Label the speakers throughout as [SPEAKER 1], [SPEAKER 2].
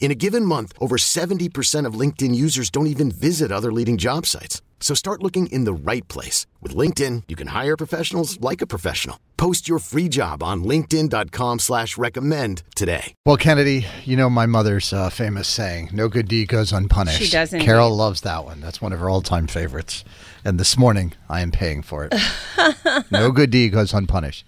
[SPEAKER 1] In a given month, over 70% of LinkedIn users don't even visit other leading job sites. So start looking in the right place. With LinkedIn, you can hire professionals like a professional. Post your free job on linkedin.com slash recommend today.
[SPEAKER 2] Well, Kennedy, you know my mother's uh, famous saying, "No good deed goes unpunished."
[SPEAKER 3] She does indeed.
[SPEAKER 2] Carol loves that one. That's one of her all-time favorites. And this morning, I am paying for it. no good deed goes unpunished.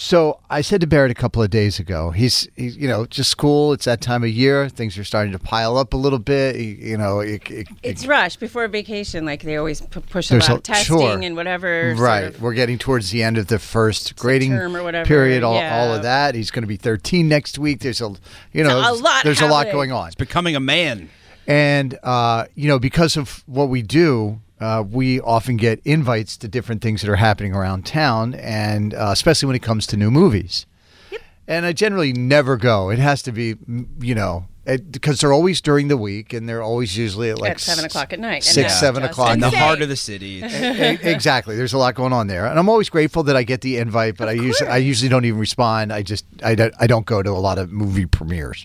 [SPEAKER 2] So I said to Barrett a couple of days ago, he's, he's you know just school. It's that time of year. Things are starting to pile up a little bit. You, you know, it, it,
[SPEAKER 3] It's
[SPEAKER 2] it-
[SPEAKER 3] rush before vacation. Like they always p- push a
[SPEAKER 2] There's
[SPEAKER 3] lot
[SPEAKER 2] a-
[SPEAKER 3] of testing
[SPEAKER 2] sure.
[SPEAKER 3] and whatever. sort
[SPEAKER 2] Right.
[SPEAKER 3] of-
[SPEAKER 2] We're getting towards the end of the first grading
[SPEAKER 3] term or whatever,
[SPEAKER 2] period, all, all
[SPEAKER 3] yeah.
[SPEAKER 2] of that. He's going to be 13 next week. There's a, you know,
[SPEAKER 3] a lot
[SPEAKER 2] there's a lot
[SPEAKER 3] happening.
[SPEAKER 2] going on.
[SPEAKER 4] becoming a man.
[SPEAKER 2] And, uh, you know, because of what we do, uh, we often get invites to different things that are happening around town, and uh, especially when it comes to new movies. And I generally never go. It has to be, mm, you know, it, because they're always during the week, and they're always usually at like
[SPEAKER 3] At seven
[SPEAKER 2] s-
[SPEAKER 3] o'clock at night, and
[SPEAKER 2] six,
[SPEAKER 3] that's
[SPEAKER 2] seven
[SPEAKER 3] just
[SPEAKER 2] o'clock.
[SPEAKER 4] In the
[SPEAKER 3] Insane.
[SPEAKER 4] heart of the city. It's-
[SPEAKER 2] E- exactly. There's a lot going on there, and I'm always grateful that I get the invite, but I usually I usually don't even respond. I just I don't, I don't go to a lot of movie premieres,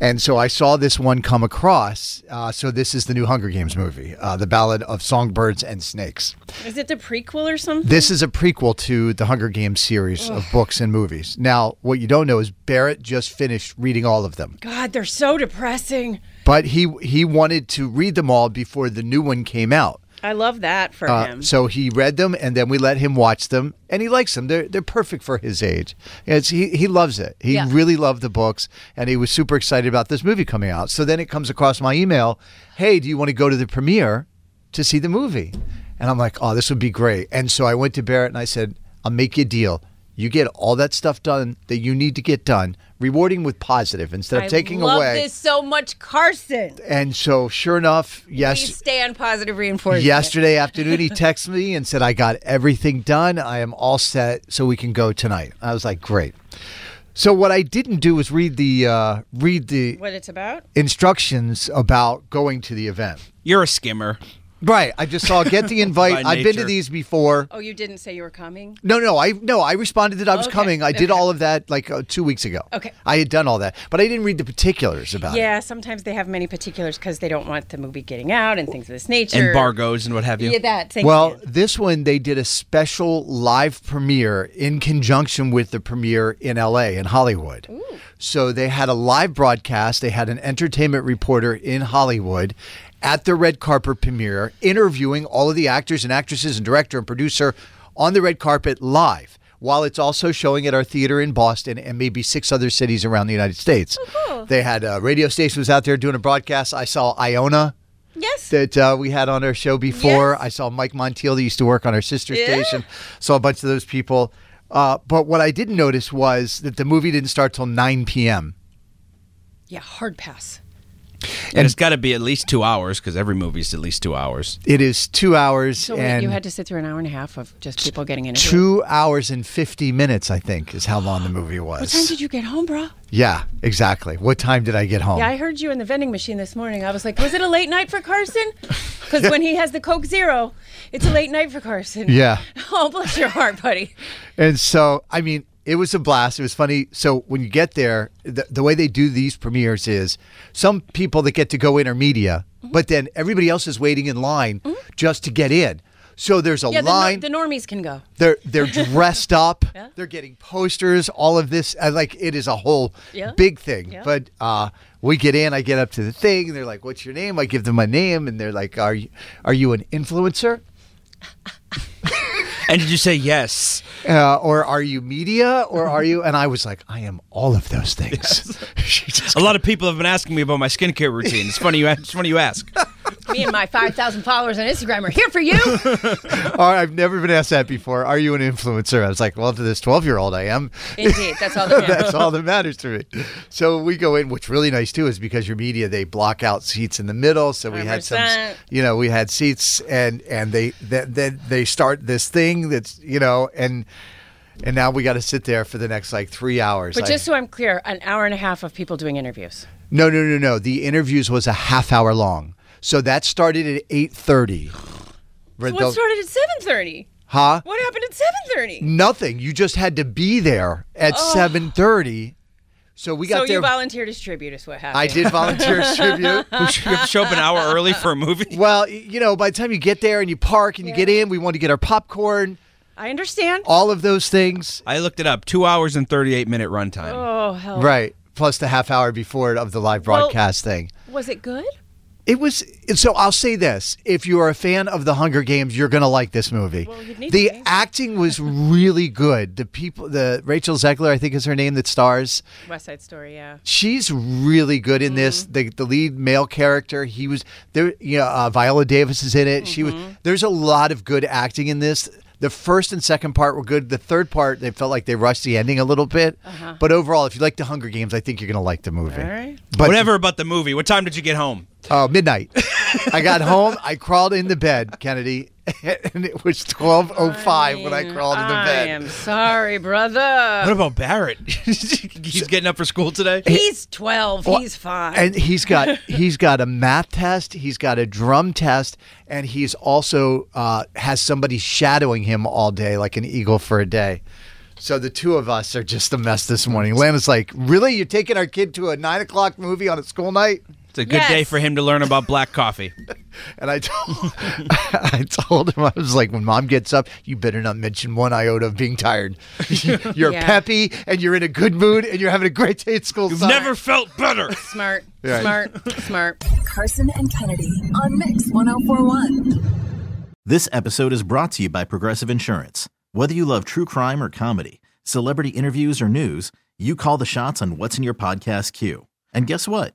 [SPEAKER 2] and so I saw this one come across. Uh, so this is the new Hunger Games movie, uh, the Ballad of Songbirds and Snakes.
[SPEAKER 3] Is it the prequel or something?
[SPEAKER 2] This is a prequel to the Hunger Games series of books and movies. Now, what you don't know is Barrett just finished reading all of them.
[SPEAKER 3] God, they're so depressing.
[SPEAKER 2] But he he wanted to read them all before the new one came out.
[SPEAKER 3] I love that for
[SPEAKER 2] Uh,
[SPEAKER 3] him.
[SPEAKER 2] so he read them, and then we let him watch them, and he likes them. They're they're perfect for his age. It's he he loves it. He
[SPEAKER 3] Yeah.
[SPEAKER 2] really loved the books, and he was super excited about this movie coming out. So then it comes across my email, hey, do you want to go to the premiere to see the movie? And I'm like, oh, this would be great. And so I went to Barrett and I said, I'll make you a deal. You get all that stuff done that you need to get done, rewarding with positive instead of
[SPEAKER 3] I
[SPEAKER 2] taking
[SPEAKER 3] love
[SPEAKER 2] away.
[SPEAKER 3] this so much, Carson.
[SPEAKER 2] And so, sure enough, yes,
[SPEAKER 3] Please stay on positive reinforcement.
[SPEAKER 2] Yesterday afternoon, he texted me and said, I got everything done. I am all set so we can go tonight. I was like, great. So what I didn't do was read the uh, read the
[SPEAKER 3] What it's about?
[SPEAKER 2] instructions about going to the event.
[SPEAKER 4] You're a skimmer.
[SPEAKER 2] Right. I just saw get the invite.
[SPEAKER 4] By
[SPEAKER 2] I've been to
[SPEAKER 4] nature.
[SPEAKER 2] these before.
[SPEAKER 3] Oh, you didn't say you were coming.
[SPEAKER 2] No, no, I no, I responded that I was
[SPEAKER 3] Okay,
[SPEAKER 2] coming. I did
[SPEAKER 3] okay.
[SPEAKER 2] all of that like uh, 2 weeks ago.
[SPEAKER 3] Okay.
[SPEAKER 2] I had done all that, but I didn't read the particulars about it.
[SPEAKER 3] Yeah, sometimes they have many particulars because they don't want the movie getting out and things of this nature.
[SPEAKER 4] Embargoes and what have you.
[SPEAKER 3] Yeah, that. Thank
[SPEAKER 2] well,
[SPEAKER 3] you.
[SPEAKER 2] this one they did a special live premiere in conjunction with the premiere in LA in Hollywood. So they had a live broadcast, they had an entertainment reporter in Hollywood at the red carpet premiere interviewing all of the actors and actresses and director and producer on the red carpet live. While it's also showing at our theater in Boston and maybe six other cities around the United States, they had uh, radio stations out there doing a broadcast. I saw Iona,
[SPEAKER 3] Yes.
[SPEAKER 2] that uh, we had on our show before.
[SPEAKER 3] Yes.
[SPEAKER 2] I saw Mike Montiel that used to work on our sister
[SPEAKER 3] Yeah.
[SPEAKER 2] station. Saw a bunch of those people. Uh, but what I didn't notice was that the movie didn't start till 9 p.m.
[SPEAKER 3] yeah. Hard pass.
[SPEAKER 4] and it's got to be at least two hours because every movie's at least two hours.
[SPEAKER 2] It is two hours
[SPEAKER 3] So wait,
[SPEAKER 2] and
[SPEAKER 3] you had to sit through an hour and a half of just people getting in.
[SPEAKER 2] two hours and 50 minutes, I think, is how long the movie was.
[SPEAKER 3] What time did you get home, bro?
[SPEAKER 2] yeah, exactly. What time did I get home?
[SPEAKER 3] Yeah, I heard you in the vending machine this morning. I was like, was it a late night for Carson? Because when he has the Coke Zero, it's a late night for Carson.
[SPEAKER 2] Yeah.
[SPEAKER 3] Oh, bless your heart, buddy.
[SPEAKER 2] And so, I mean, it was a blast. It was funny. So when you get there, the, the way they do these premieres is some people that get to go in are media,
[SPEAKER 3] Mm-hmm.
[SPEAKER 2] but then everybody else is waiting in line just to get in. So there's a
[SPEAKER 3] Yeah, the, nor-
[SPEAKER 2] line.
[SPEAKER 3] the normies can go.
[SPEAKER 2] they're they're dressed up. They're getting posters. All of this, uh, like it is a whole
[SPEAKER 3] Yeah.
[SPEAKER 2] big thing.
[SPEAKER 3] Yeah.
[SPEAKER 2] But uh, we get in. I get up to the thing, and they're like, "What's your name?" I give them my name, and they're like, "Are you are you an influencer?"
[SPEAKER 4] And did you say yes?
[SPEAKER 2] uh, or are you media or are you? And I was like, I am all of those things. She just-
[SPEAKER 4] A lot of people have been asking me about my skincare routine. It's funny you ask. It's funny you ask.
[SPEAKER 3] Me and my 5,000 followers on Instagram are here for you.
[SPEAKER 2] All right, I've never been asked that before. Are you an influencer? I was like, well, to this 12 year old, I am.
[SPEAKER 3] Indeed, that's all that matters.
[SPEAKER 2] That's all that matters to me. So we go in. What's really nice too is because your media they block out seats in the middle. So we had some,
[SPEAKER 3] 100%.
[SPEAKER 2] you know, we had seats and and they then they, they start this thing that's you know and and now we got to sit there for the next like three hours.
[SPEAKER 3] But
[SPEAKER 2] I-
[SPEAKER 3] just so I'm clear, an hour and a half of people doing interviews.
[SPEAKER 2] no no no no. The interviews was a half hour long. So that started at eight thirty.
[SPEAKER 3] What started at 7:30?
[SPEAKER 2] Huh?
[SPEAKER 3] What happened at 7:30?
[SPEAKER 2] Nothing. You just had to be there at seven thirty. So we got
[SPEAKER 3] So
[SPEAKER 2] there.
[SPEAKER 3] you volunteered as tribute is what happened.
[SPEAKER 2] I did volunteer as tribute.
[SPEAKER 4] You have to show up an hour early for a movie.
[SPEAKER 2] Well, y- you know, by the time you get there and you park and you get in, we want to get our popcorn,
[SPEAKER 3] I understand.
[SPEAKER 2] all of those things.
[SPEAKER 4] I looked it up. Two hours and thirty-eight minute runtime.
[SPEAKER 3] Oh hell.
[SPEAKER 2] Right. Plus the half hour before it of the live
[SPEAKER 3] Well-
[SPEAKER 2] broadcast thing.
[SPEAKER 3] Was it good?
[SPEAKER 2] It was so I'll say this. If you are a fan of the Hunger Games, you're gonna like this movie.
[SPEAKER 3] Well, you'd need
[SPEAKER 2] the
[SPEAKER 3] to be.
[SPEAKER 2] acting was really good. The people the Rachel Zegler, I think is her name that stars.
[SPEAKER 3] West Side Story, yeah.
[SPEAKER 2] She's really good in this.
[SPEAKER 3] Mm-hmm.
[SPEAKER 2] The the lead male character, he was there. You know, uh, Viola Davis is in it. She was.
[SPEAKER 3] Mm-hmm.
[SPEAKER 2] There's a lot of good acting in this. The first and second part were good. The third part, they felt like they rushed the ending a little bit. But overall, if you like the Hunger Games, I think you're gonna like the movie.
[SPEAKER 3] Uh-huh. All right.
[SPEAKER 2] But
[SPEAKER 4] Whatever about the movie. What time did you get home?
[SPEAKER 2] Oh, midnight. I got home. I crawled in the bed, Kennedy, and it was 12:05 when I crawled in the bed.
[SPEAKER 3] I am sorry, brother.
[SPEAKER 4] What about Barrett? He's getting up for school today.
[SPEAKER 3] He's 12. He's fine.
[SPEAKER 2] and he's got he's got a math test, he's got a drum test, and he's also uh, has somebody shadowing him all day, like an eagle for a day. So the two of us are just a mess this morning. Lana's like, "Really, you're taking our kid to a nine o'clock movie on a school night?"
[SPEAKER 4] It's a good day
[SPEAKER 3] Yes.
[SPEAKER 4] for him to learn about black coffee.
[SPEAKER 2] And I told I told him I was like, "When mom gets up, you better not mention one iota of being tired. you're
[SPEAKER 3] Yeah.
[SPEAKER 2] peppy, and you're in a good mood, and you're having a great day at school."
[SPEAKER 4] You've
[SPEAKER 2] son."
[SPEAKER 4] never felt better.
[SPEAKER 3] smart.
[SPEAKER 2] Yeah.
[SPEAKER 3] Smart. smart.
[SPEAKER 5] Carson and Kennedy on Mix 1041.
[SPEAKER 6] This episode is brought to you by Progressive Insurance. Whether you love true crime or comedy, celebrity interviews or news, you call the shots on what's in your podcast queue. And guess what?